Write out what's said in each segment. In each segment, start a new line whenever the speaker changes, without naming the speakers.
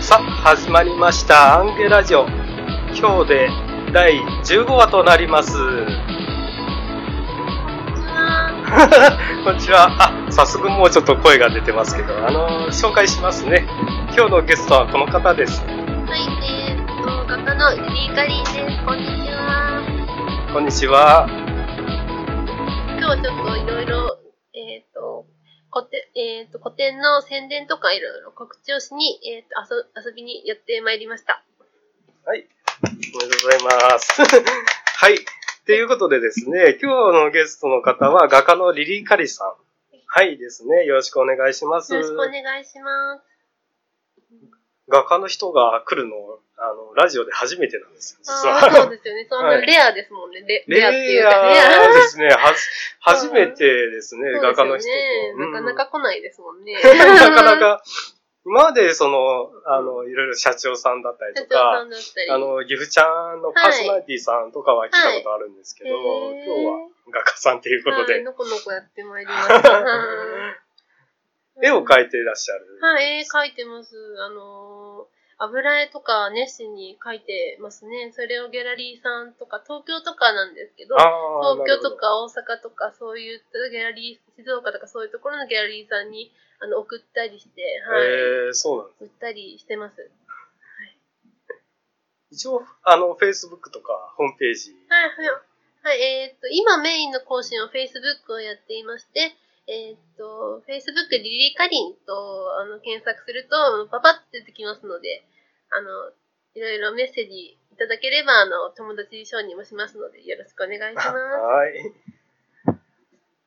さあ始まりました「アンゲラジオ」今日で第15話となります こんにちはあ早速もうちょっと声が出てますけどあの紹介しますね今日のゲストはこの方です
はい、えー、っと、画家のリーカリンです。こんにちは。
こんにちは
今日ちょっといろいろ、えー、っと、古典、えー、っと、古典の宣伝とかいろいろ告知をしに、えー、っと遊、遊びにやってまいりました。
はい。おめでとうございます。 はい。ということでですね、今日のゲストの方は画家のリリー・カリさん。はいですね。よろしくお願いします。
よろしくお願いします。
画家の人が来るの、あの、ラジオで初めてなんですよ、実
ああー、そ
は。
うですよね。そん
は
ないレアですもんね。レレアってい
レ
うか
ア
レア。
ですね。はじ、初めてですね、
そう
画
です
家
よ
の人
ね
と。うん
なかなか来ないですもん ね。
なかなか、今までその、あの、いろいろ社長さんだったり
社
と
長さ
か、
んだったり。
あの、ギフちゃんのパーソナリティさんとかは来たことあるんですけど、
はいは
今
い
日は画家さんということ
はい、
で、
のこのこやってまいりました。はい
絵を描いていらっしゃる。
はい、絵描いてます。あのー油絵とか熱心に描いてますね。それをギャラリーさんとか、東京とかなんですけど、
あー
東京と。か大阪とか、そういったギャラリー、静岡とかそういうところのギャラリーさんにあの送ったりして、
な
は
る
い、
ほどえー、そうなんです。
売ったりしてます。
一応、あの、Facebook とかホームページ。
はい、はい。はい、えーっと、今メインの更新は Facebook をやっていまして、えーっと、Facebook リリカリンとあの検索すると、パパって出てきますので、あの、いろいろメッセージいただければ、あの、友達承認もしますので、よろしくお願いします。
はい。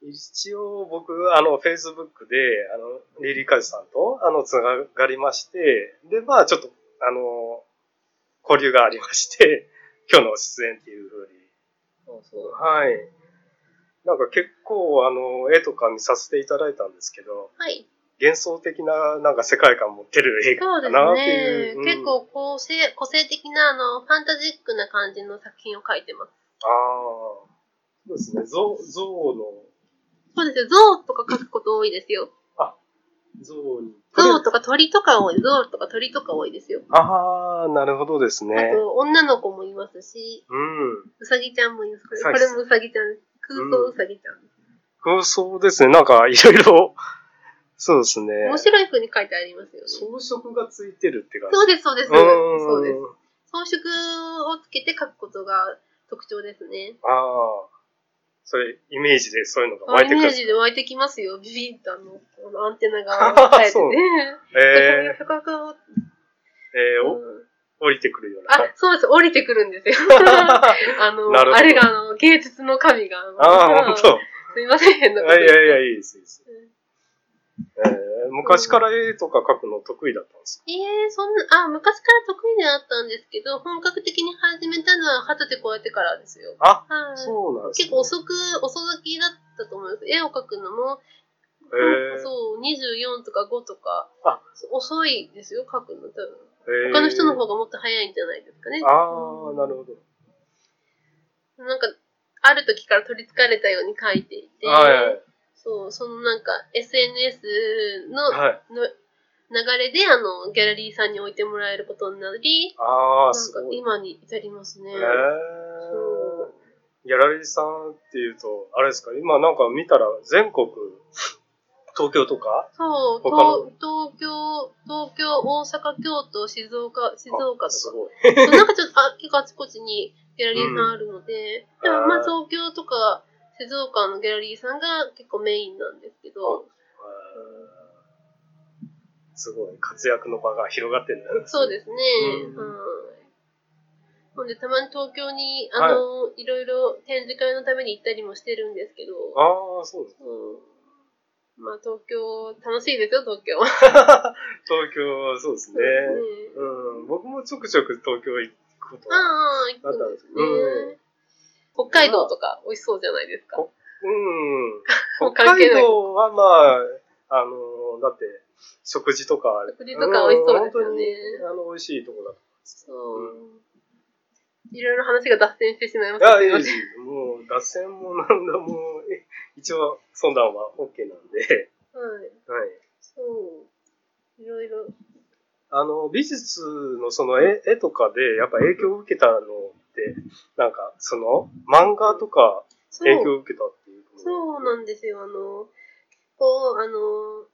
一応僕、あの、Facebook で、あの、リリーカズさんと、あの、つながりまして、で、まあ、ちょっと、あの、交流がありまして、 今日の出演っていうふうに。
そうそう。
はい。なんか結構、あの、絵とか見させていただいたんですけど、
はい。
幻想的な、なんか世界観持ってる映
そ
画
う
か
です
なって
ね
いう。。うん
結構個性、個性的な、あの、ファンタジックな感じの作品を書いてます。
ああ。そうですね。象、象の、
そうですよ。象とか書くこと多いですよ。
象に。
象とか鳥とか多い。象とか鳥とか多いですよ。
ああ、なるほどですね。
あと、女の子もいますし、
うん。
うさぎちゃんもいます。これ
そうで
こ
す
れもうさぎちゃんです。空想うさぎちゃん。
そうそうですね。なんか、いろいろ、そうですね。
面白い風に書いてありますよね。そ
装飾がついてるって感じ。
うです、そうです。
ーん
そうです。装飾をつけて書くことが特徴ですね。
ああ。それ、イメージでそういうのが湧
イ
いてく
メー
る。
ジで湧いてきますよ。ビビンタのあのアンテナ が生えてて。
え
高く高
ー、
く
えー
う
お
ん
降りてくるような
あ。、そうです。降りてくる んですよ。あの、
なるほど
あれが、あの、芸術の神が。の
ああ、本当。
すいません、変なこと
いやい
言って
やいや、いいです、いいです。えー昔から絵とか描くの得意だったんです
ええそんな、あ、昔から得意であったんですけど、本格的に始めたのは二十歳超えてからですよ。
か
は
あ、
い。
そうなんですね
結構遅く、遅咲きだったと思います。絵を描くのも、
へー
そう、24とか5とか
あ、
遅いですよ、描くの多分。
えー
他の人の方がもっと早いんじゃないですかね。
ああ、なるほど。
ほど。なんか、ある時から取り憑かれたように描いていて、
はい。
そう、そのなんか、SNS の、
はい。
の流れで、あの、ギャラリーさんに置いてもらえることになり、
ああ、
な
す
んか
ごい。
今に至りますね。
えーギャラリーさんっていうと、あれですか、今なんか見たら全国、東京とか
そう、
他の
東東京、東京、大阪、京都、静岡、静岡
あす
とか。
ごい。
そうなんかちょっとあ結構あちこちにギャラリーさんあるので、
うん
でもま
へ
あ
ー
東京とか静岡のギャラリーさんが結構メインなんですけど、
えーすごい、活躍の場が広がってるんです
そうですね。
うん
はい。ほんで、たまに東京に、あの、い、ろいろ展示会のために行ったりもしてるんですけど、
ああ、そうです。
うん、まあ東京、楽しいですよ、東京。
東京、そうですね。
ね
うん、僕もちょくちょく東京行くことは。
ああ、行くんですね
う。
北海道とか美味しそうじゃないですか。
こうん。
もう
北
関係
海
ない
道はまあ、あの、だって、食事とか、
食事とか美味しそう
うん
ですよね
本当に、あの、美味しいとこだ
そう。いろいろ話が脱線してしまいまし
あ
た
い
け
や
ど
いい。ですもう、脱線もなんだもう、え一応、相談は OK なんで、
はい。
はい。
そう。いろいろ
あの、美術のその絵絵とかで、やっぱ影響を受けたのって、なんか、その、漫画とか
そう
影響を受けたっていう。
そうなんですよ。あの、こう、あの、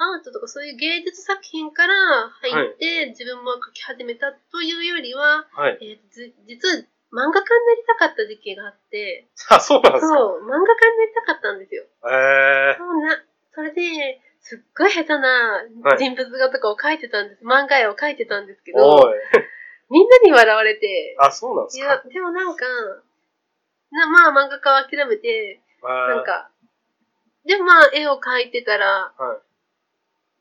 アートとかそういう芸術作品から入って、自分も描き始めたというよりは、
はい。
えーず実は漫画家になりたかった時期があって、
あ、そうなん
そう、
で
漫
すか。
画家になりたかったんですよ。
え
そうな、それで、すっごい下手な
はい
人物画とかを描いてたんです。漫画絵を描いてたんですけ
ー、お
ど、
い。
みんなに笑われて、
あ、そうなんで
い
す
や
か。、
でもなんか、なまあ漫画家は諦めて、なん
え
か、でもまあ絵を描いてたら、
ーはい。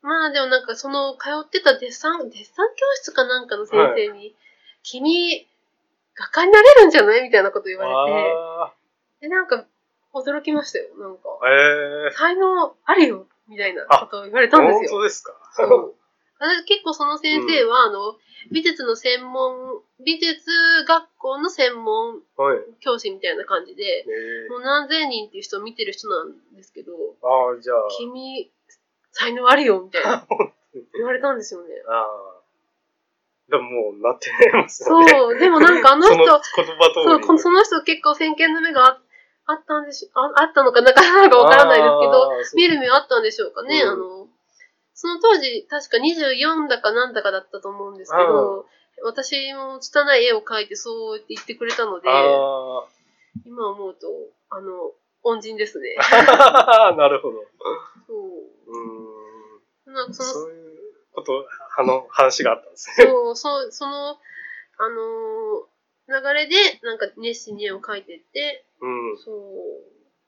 まあでもなんかその通ってたデッサン、デッサン教室かなんかの先生に、君、画家になれるんじゃないみたいなこと言われ
あ
て、で、なんか驚きましたよ、なんか。
ーえー、
才能あるよ、みたいなことを言われたんです
本
よ。
当ですか。
そう私結構その先生は、あの、美術の専門、美術学校の専門
はい。
教師みたいな感じで、
えー、
もう何千人っていう人を見てる人なんですけど、
ああ、じゃあ。
君、才能あるよ、みた いな言われたんですよね。
ああ。でももうなってますよね。
そう、でもなんかあの人、
その言
そ
葉通り
う、このその人結構先見の目がああったんでしあ、あったのかなかなかわからないですけど、
です
見る目あったんでしょうかね。
うん
あの、その当時、確か24だかなんだかだったと思うんですけど、私も拙い絵を描いてそうって言ってくれたので、
あ
今思うと、あの、恩人で すね。
あ。 なるほど。
そうう。な
ーん。
んかその、
そういうこと、あの、話があったんですね。
そう、そう、その、あのー流れで、なんか熱心に絵を描いてって、
うん。うん
そう、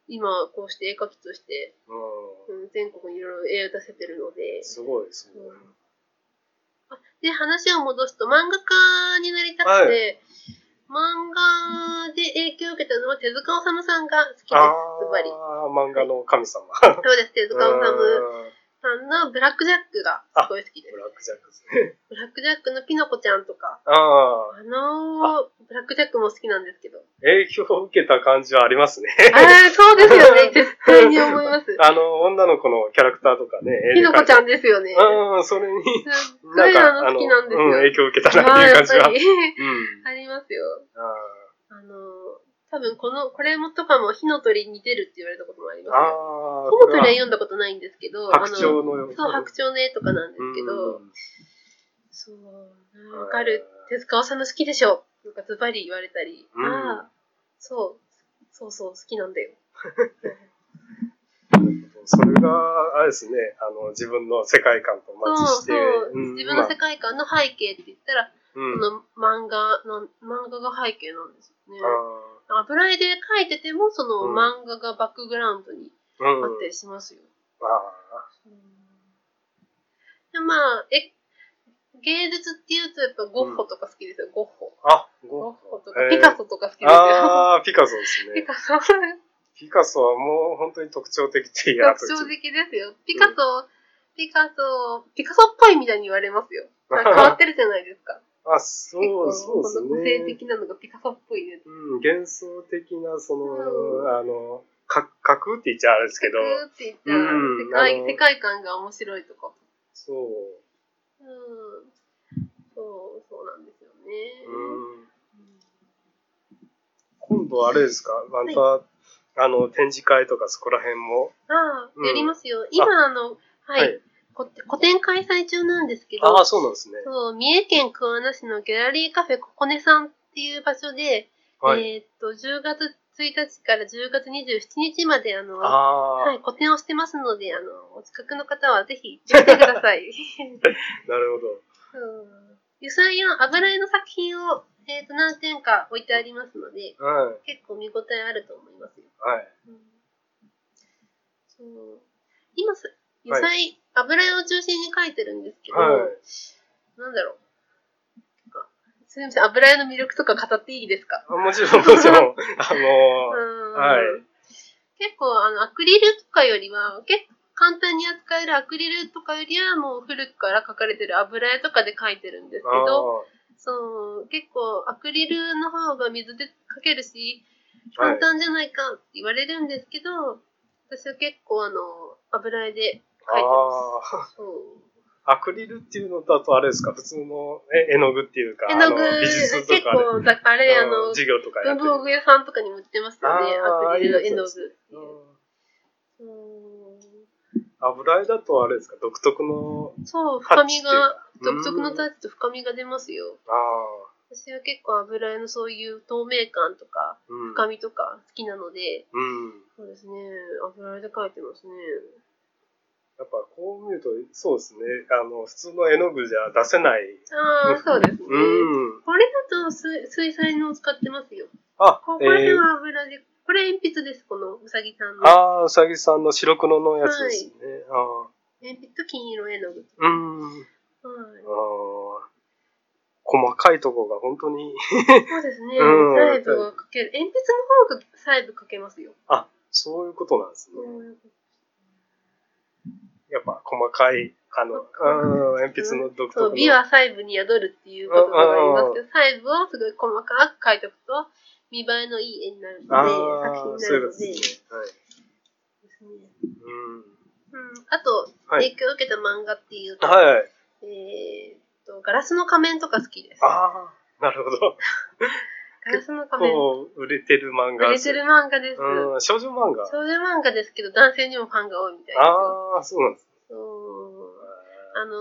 今こうして絵描きとして、うん、全国にいろいろ絵を出せてるので、
すごいですね。
で、話を戻すと、漫画家になりたくて、漫画で影響を受けたのは手塚治虫さんが好きです、ズ
あ
バリ。
あ、漫画の神様。
そうです、手
う
塚治
ん
虫さんのブラックジャックがすごい好きです
ブ。ラックジャックですね。
ブラックジャックのピノコちゃんとか、
ああ。
あのーブラックジャックも好きなんですけど。
影響を受けた感じはありますね。
ああ、そうですよね。絶対に思います。
あの、女の子のキャラクターとかね。絵
ひ
で
の
描
こ
い
ち
て
ゃんですよね。
うん、それに、
すっご
なん
いあ
か、
の好きなんです
う
よ。
ん、影響を受けたなっ
あ
てい
あ
う
や
感
っ
じ
ぱ
は。
り
うん。
ありますよ。
あ
あのー、多分この、これもとかも火の鳥に似てるって言われたこともあり
ー
ますよ。
あー。
火の鳥は
これは
読んだことないんですけど、
白
あの
鳥のよう
そう、白鳥の絵とかなんですけ
う
ど、
ん
そう、わかる。手塚治虫好きでしょとかズバリ言われたり、
うん
ああ、そう、そうそう、好きなんだよ。
それが、あれですね、あの、自分の世界観とマ
そ
ッ
う
チし
そ
て、
う、
うん
自分の世界観の背景って言ったら、
うん
この漫画の、漫画が背景なんですよね。
あ
油絵で描いてても、その
うん
漫画がバックグラウンドに
ーう
あ
ん
ったりしますよ。
あー
で、まあ、え、芸術っていうと、やっぱゴッホとか好きですよ、ゴッホ。
あ、
ゴッホとか
え、ー
ピカソとか好きですよ。
ああ、ピカソです
ピ
ね。
カソ、
ピカソはもう本当に特徴的っていうアート
特徴的ですよ。ピカソ、ピカソ、ピカソっぽいみたいに言わ れますよ。なんか変わってるじゃないですか。
あ、 そ
結構、
う、そうです
この個性
ね。
的なのがピカソっぽいね。
うん、幻想的な、その、
うん
あの、か架空って言っちゃあれですけど、
グーって言ったら、
うん
世界
あの
世界観が面白いとか。
そう。
うん。そう、そうなんですよね。
うん今度あれですかまた、あの、展示会とかそこら辺も。
あ
うん
あ、やりますよ。今、あの、はい、
はい
こ個展開催中なんですけ
ああ、
ど、
そうなんですね。
そう、三重県桑名市のギャラリーカフェここねさんっていう場所で、
はい。
えーっと、10月1日から10月27日まで、あの、は
ああ、
い、個展をしてますので、あの、お近くの方はぜひ来てください。
なるほど。
うん油彩や油絵の作品を、えー、と何点か置いてありますので、
はい。
結構見応えあると思いますよ。
はい。
うんそう今さ、油彩、油絵を中心に描いてるんですけど、
はい
なんだろう。なんかすみません、油絵の魅力とか語っていいですか
あもちろん、 もちろん。あのー、
うん
はい
結構あの、アクリルとかよりは、結構簡単に扱えるアクリルとかよりは、もう古くから描かれてる油絵とかで描いてるんですけど、そう、結構アクリルの方が水でかけるし、
あーは
簡
い。
単じゃないかって言われるんですけど、私は結構あの、油絵で描いて
あ
ます。そう。
あ、アクリルっていうのだとあれですか、普通のえ絵の具っていうか、
絵の具、
あの美術と
結
かで、
構、だからあれ、あ
うん
の、
授業とかや
文
って
房具屋さんとかにも売ってますよね。
あー
アクリルの絵
いい
の
や
具
つ。うん
う
油絵だとあれですか、独特の
んそう、
タ
深
ッチ
み
っていうか
が、独特のタ
うん
ッチと深みが出ますよ。
ああ、
私は結構油絵のそういう透明感とか、
うん。
深みとか好きなので、
うん。
そうですね、油絵で描いてますね。
やっぱこう見ると、そうですね、あの、普通の絵の具じゃ出せない。
ああ、そうですね。
うん。
これだと水水彩のを使ってますよ。
あ
こ、
え
れ
ー、
は油で、これ鉛筆です、このうさぎさんの。
ああ、うさぎさんの白黒のやつですね。ああ
鉛筆と金色絵の具。
うん。
はい
あー細かいとこが本当に、
そうですね。
うん
細部が描ける。鉛筆の方が細部描けますよ。
あ、そういうことなんですね。やっぱ細かい、あの、うん鉛筆の独特
そう
の。
美は細部に宿るっていう言葉がありますけど、細部をすごい細かく描いておくと、見栄えのいい絵になるの
あ
で、
ー
作品にな
そういう
る
こ
の
と
で。
ですね。はい。
ですね
うん。
うん、あと、
はい。
影響を受けた漫画っていうと、
はい。
えーっと、ガラスの仮面とか好きです。
ああ、なるほど。
ガラスの仮面。
こう、売れてる漫画
売
で
れ
す
てる漫画です。
うん、少女漫画。
少女漫画ですけど、男性にもファンが多いみたいですよ。
ああ、そうなんですね。
そうあの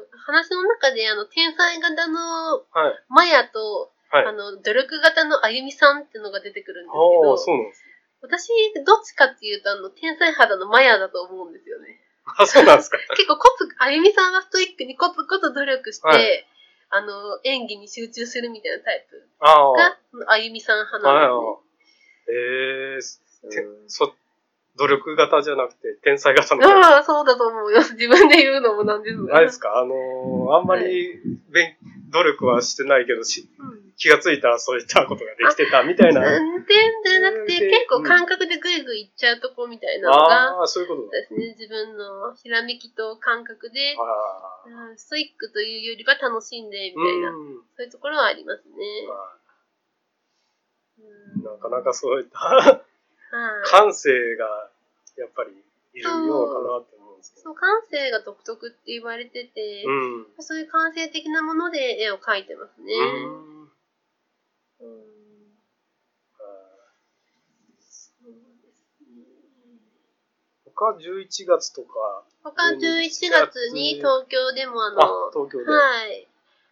ー話の中で、あの、天才型の
はい。
マヤと、
はい
あの、努力型のあゆみさんってのが出てくるんですけ
あ
ど
あ、、そうなん ですね。
私、どっちかっていうと、あの、天才肌のマヤだと思うんですよね。
あ、そうなんですか。
結構コツ、あゆみさんはストイックにコツコツ努力して、
はい
あの、演技に集中するみたいなタイプ
ああ。
が、そのあゆみさん派
はい
なん
はい。ええ
ですね。うん
そ、努力型じゃなくて、天才型の。あ
ああ、そうだと思うよ。自分で言うのもなんですが。
れですかあのーあんまり、べん、努力はしてないけど、し
うん
気がついたらそういったことができてたみたいな。
運転じゃなくて、
うん
結構感覚でぐいぐいいっちゃうとこみたいなのが、
ああ、そういうこと
そうですね、自分のひらめきと感覚で、
だ。ああ。
うんストイックというよりは楽しんで、みたいな、
うん
そういうところはありますね。
ま
うん
あなかなかそういった
はい。
感性がやっぱりいるようかなって思うんですけ
そ
ど。
の感性が独特って言われてて、
うん。う
そういう感性的なもので絵を描いてますね。
ん
うんそうですね
他11月とか、
他11月に東京でもあの、
あ、東京で。
はい。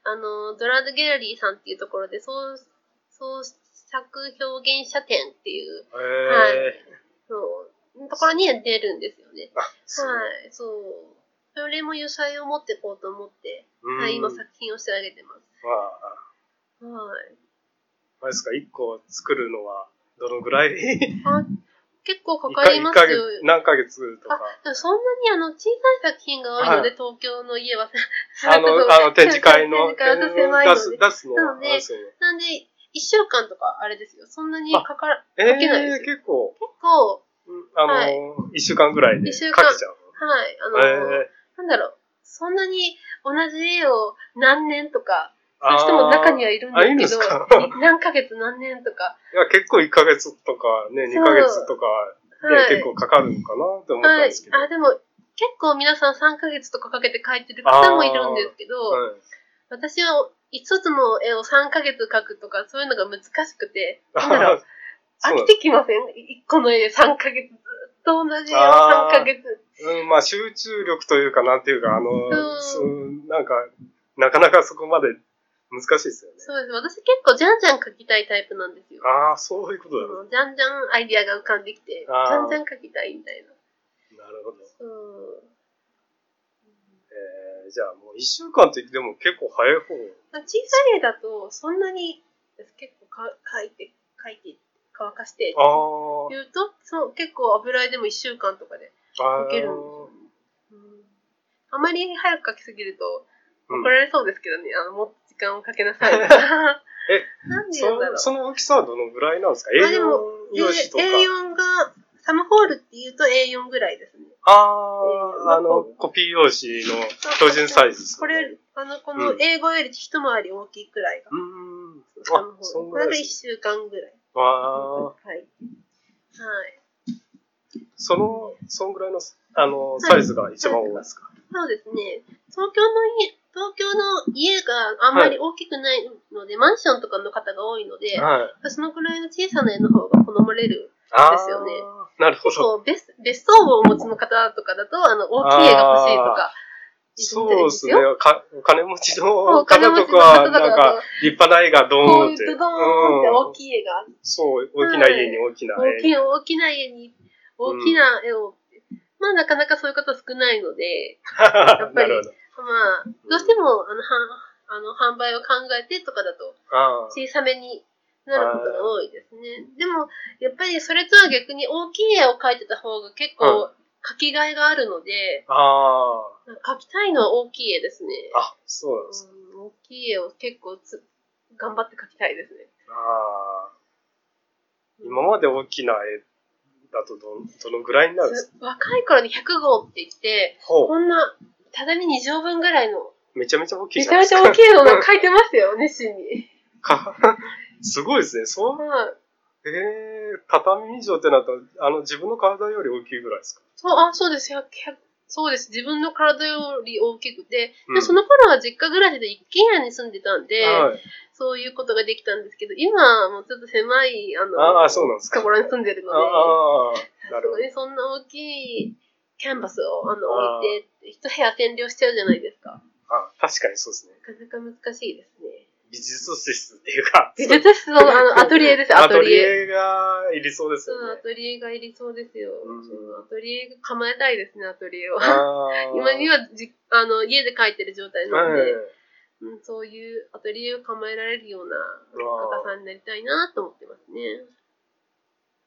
あの、ドラッグギャラリーさんっていうところで、そう、創作表現者展っていう、
え
はい。そう、ところに出るんですよね。
ー、あ、そう
はい、そう。それも油彩を持ってこうと思って、
うん
はい、今作品を仕上げてま
まあ、
す。はい。
あれですか、1個作るのはどのぐらい
あ結構か
一
かります
一ヶ
よ。
月何ヶ月と
あ
か。、
でもそんなにあの小さい作品が多いので、東京の家は、
あ の、あの、展示会の、
展示会が狭いの
出す、
で。
出すの
な
は、
ので
あれですよね。
なんで、一週間とかあれですよ。そんなにかから、
え
書けないです
ー、結構、
結構、
うんあの、
は
1週間ぐらいで
一
書け
週
ちゃ
間
う
はい、あ
の。
の、
えー
なんだろう、そんなに同じ絵を何年とか、そう
あ
い
ー
う人も中にはいるん
あいるん
で
ですす
け
か
ど、何ヶ月何年とか、
いや、結構1ヶ月とかね、
そう
2ヶ月とかで、
はい、
結構かかるのかなって思ったん
はい
ですけど。
あ、でも、結構皆さん3ヶ月とかかけて描いてる方もいるんですけど、
はい
私は5つの絵を3ヶ月描くとか、そういうのが難しくて、なんだろう、
そう
飽
なん
き
で
てきません ?1 個の絵で3ヶ月、ずっと同じ絵を3
あー
ヶ月。
すうん、まあ集中力というか、なんていうか、あの、
うん
そうなんか、なかなかそこまで難しいですよね。
そうです。私結構じゃんじゃん描きたいタイプなんですよ。
ああ、そういうことだ。
じゃんじゃんアイディアが浮かんできて、じ
あー
ゃんじゃん描きたいみたいな。
なるほど。
そう
えー、じゃあもう1週間ってでも結構早い方。
まあ小さい絵だと、そんなに結構か描いて、描いて、乾かして、
あ
言うと、そう結構油絵でも1週間とかで
あ。
描けるんですよね、うんあまり早く描きすぎると
うん
怒られそうですけどね、あのもっと時間をかけなさ い。え、 なんで言うんだろう
そ。その大きさはどのぐらいなんですか
あで
?A4
も
用紙とか。
で A4 が、サムホールって言うと A4 ぐらいですね。
ああ、あ
の
の、コピー用紙の標準サイズですね。
これより、あの、こ
う
の
ん
英語より一回り大きいくらいが
う。ーん。
サ
あ
ム、ホ
そ
ール。
ん
こ
ぐらい
れが
で
1
す。
週間ぐらい。
ああ
はい。はい。
その、そんぐらいの、あの、サイズが一番多いですか。
そうですね。東京の家、東京の家があんまり大きくないので、マンションとかの方が多いので、
はい。
そのくらいの小さな家の方が好まれる。
ああ
ですよね
なるほ
結
ど。
構別、別荘をお持ちの方とかだと、あの、大きい家が欲しいとか、
そ
みたいう
ですね。かお金持ちの方と
お金持ちの
か
方
は、
とか
なん
だ
か、
と、
立派な絵がド
こう
ーン
いう
って。
ドドーンって大きい家が、
うんそう、大きな家に大きな
大き
絵。
い大きな家に、大きな絵を、まあなかなかそういう方少ないので、やっぱ り
なるほど。
まあ、どうしても、あの、はんあの販売を考えてとかだと、
あ
小さめになることが多いですね。でも、やっぱりそれとは逆に大きい絵を描いてた方が結構、描きがいがあるので、
あ。ああ。
描きたいのは大きい絵ですね。
あ、そうなんですね。
うん、大きい絵を結構つ頑張って描きたいですね。
ああ。今まで大きな絵だとどん、どのぐらいになるんですか
す若い頃に100号って言って、
ほ
こんな畳2畳分ぐらいの、
う。めちゃめちゃ大きい
め
じ
ち
ゃな
ゃ
いで
めち
すか。
ゃ大きいのを描いてましたよ、熱心に。
か すごいですね。そう、
はい。
ええ畳以上ってなったら、あの、自分の体より大きいぐらいですか
そう、あ、そうです、100、100そうです。自分の体より大きくて、
うん
でその頃は実家暮らしで一軒家に住んでたんで、
はい。
そういうことができたんですけど、今はもうちょっと狭い、あの、
ああ、そうなんです
と
か。
ころに住んでるので、
ああ、なる
そ
ほ
こ
ど。
にそんな大きいキャンバスをあの置いて、一部屋占領しちゃうじゃないですか。
あ確かにそうですね。
なかなか難しいですね。
美術室っていうか、
美術室のあ のアトリエですよ、アトリエ。
アトリエがいりそうです
そ
よ
う、ア
ね。
トリエがいりそうですよ。
うん
そうアトリエが構えたいですね、アトリエを。
ああ
今に
は、
はじあの家で描いてる状態なの
は
で
い、。
うん、そういうアトリエを構えられるような
あー
方さんになりたいなと思ってますね。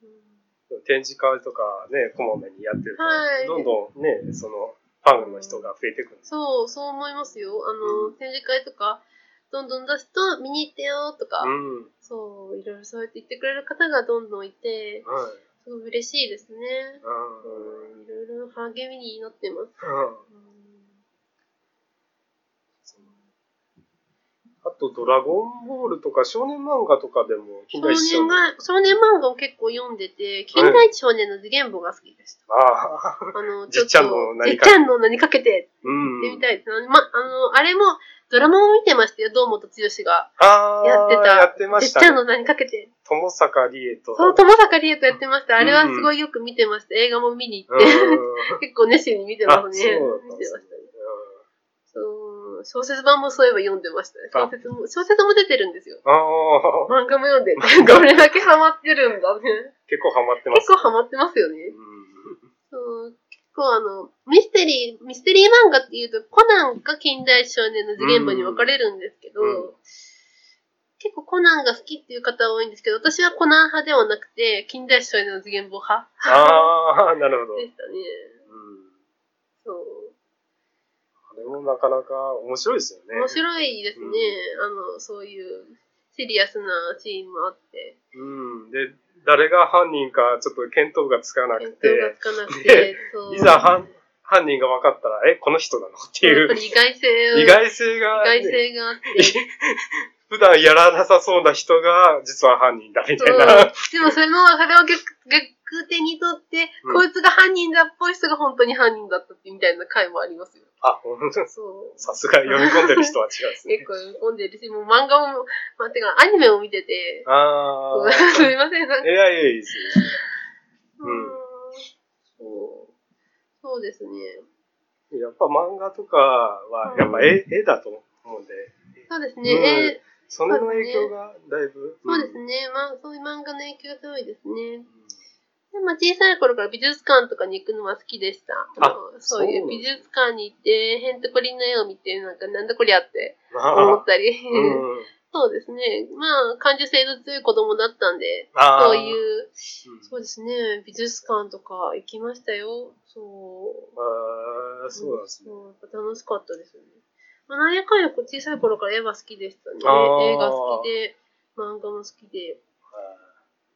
うん
展示会とかね、こまめにやってると、
はい
どんどんね、その、ファンの人が増えていくんです。
そう、そう思いますよ。あの、
うん
展示会とか、どんどん出すと、見に行ってよとか、
うん。はい。
そう、いろいろそうやって言ってくれる方がどんどんいて、すごい嬉しいですね。
うん。
うんいろいろ励みになってます。
うん
うん
あと、ドラゴンボールとか少年漫画とかでも、近
少
代一少
年
年。あ
が、少年漫画を結構読んでて、近代一少年の次元簿が好きでした。
あ、
あの、
じっちゃんの何か
じっちゃんの何かけて
う
っ
ん
てみ。たいです。ま、あの、あれも、ドラマを見てましたよ、堂本剛が。
ああ、
やってた。
やってまし
じっちゃ
たね。
んの何かけて。
友坂理恵と。
そう、友坂理恵とやってました。あれは
うん
すごいよく見てました。映画も見に行
う
っ
ん。
て。 結構熱心に見てます
あ
ね。見
そう
て
だったん
ま
で
し
す
た
ね
ね。そう、小説版もそういえば読んでましたね。小説も、小説も出てるんですよ。
ああ、
漫画も読 んで
漫
て、
画
どれだけハマってるんだね。
結構ハマってま
結
す。
構ハマってますよね。
うん
そう結構あの、ミステリー、ミステリー漫画っていうと、コナンか近代少年の次元簿に分かれるんですけど、
うん
結構コナンが好きっていう方多いんですけど、私はコナン派ではなくて、近代少年の次元簿派
ああ、なるほど。う
で
ん
したね。そう。
あれもなかなか面白いですよね。
面白いですね、あのそういうシリアスなシーンもあって
うん。で、誰が犯人かちょっと見当がつかなく
見当が
て
つ、かなく
で
てそう
いざ犯犯人が分かったら、え、この人なのって
や
い
っぱ
う、
り意外性を
意外性がね、
意外性があって
普段やらなさそうな人が、実は犯人だみたい
そう
な。
でもそれもそれを逆逆手にとって、
うん
こいつが犯人だっぽい人が本当に犯人だったってみたいな回もありますよ
あ、ほんと
そう
さすが読み込んでる人は違うん ですね。
結構読んでるしもう漫画も、まあ、てかアニメも見てて
あ
そう
あ。
すみませんなんか
いやいやいいですよ。うん
そうそうですね
やっぱ漫画とかは、やっぱ絵,、絵だと思うんで、
そうですね、
うん
えー
それの影響がだいぶ。
そうです
ね。
ね。まあ、そういう漫画の影響が強いですね。でまあ、小さい頃から美術館とかに行くのは好きでした。
あ
の
そ
そうい
う
う
なん
美
ですね
術館に行って、へんてこりんの絵を見て、なんか、なんだこりゃって
まあ
思っ、たり。
うん、
そうですね。まあ、感受性の強い子供だったんで、
あー
そうい。
う
う、
ん
そうですね。美術館とか行きましたよ。そう。
あーそうなんですね。
そうやっぱ楽しかったですよね。まあ、なんやかんや小さい頃から絵は好きでしたね。
あー
映画好きで、漫画も好きで、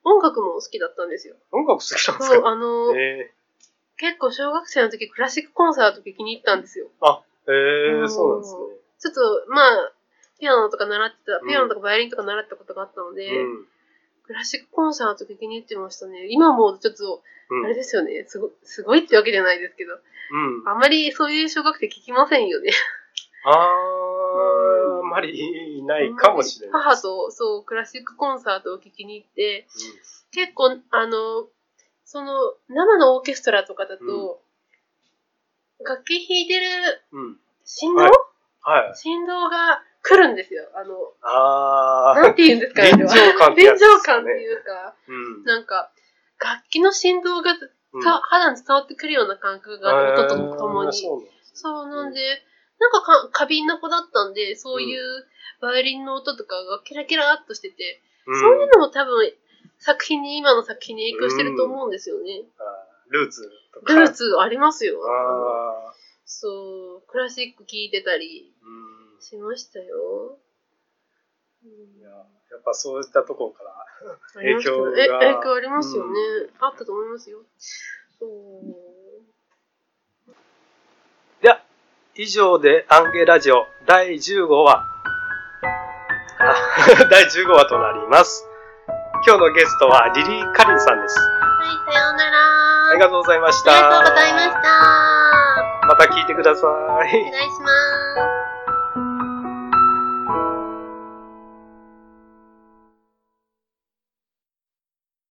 あ
音楽も好きだったんですよ。
ー音楽好きなんです
そう、
か
あの、
え
結構小学生の時クラシックコンサート聞きに行ったんですよ。
ー、え
う
ー、
ん
そうなんです
ちょっと、まあ、ピアノとか習って
う
た、
ん
ピアノとかバイオリンとか習ったことがあったので、
ね。うん。
クラシックコンサート激に入ってましたね。今もちょっと、
うん。
あ
う
れですよね。すご、すごいってわけじゃないですけど。
ん。
あまりそういう小学生聞きませんよね。
あー、あまりいないかもしれない。
母と、そう、クラシックコンサートを聞きに行って、結構、あの、その、生のオーケストラとかだと、楽器弾いてる
うん。うん。
振動、
はいはい。
振動が来るんですよ。あの、
あ
なん
ー。
て言うんですかね。
臨場感って
臨
やつですね
場感っていうか、なんか、楽器の振動が
うん。
さ肌に伝わってくるような感覚が音ととも
あー
に。
そうなんです
そうなんで
う、
なんかか過敏な子だったんで、そういうバイオリンの音とかがキラキラっとしてて、
うん
そういうのも多分作品に、今の作品に影響してると思うんですよね。
あールーツとか。
ルーツありますよ。
あー。
そう、クラシック聴いてたり
うん。
しましたよ。うん
いややっぱそういったところから。
ありました
影響が
え影響ありますよね。
うん
あったと思いますよ。そう。
では、以上でアンゲラジオ第15話、あ 第15話となります。今日のゲストはリリー・カリンさんです。
はい、さようなら。
ありがとうございまし
あ
た。
りがとうございました。
また聞いてください。
お願いします。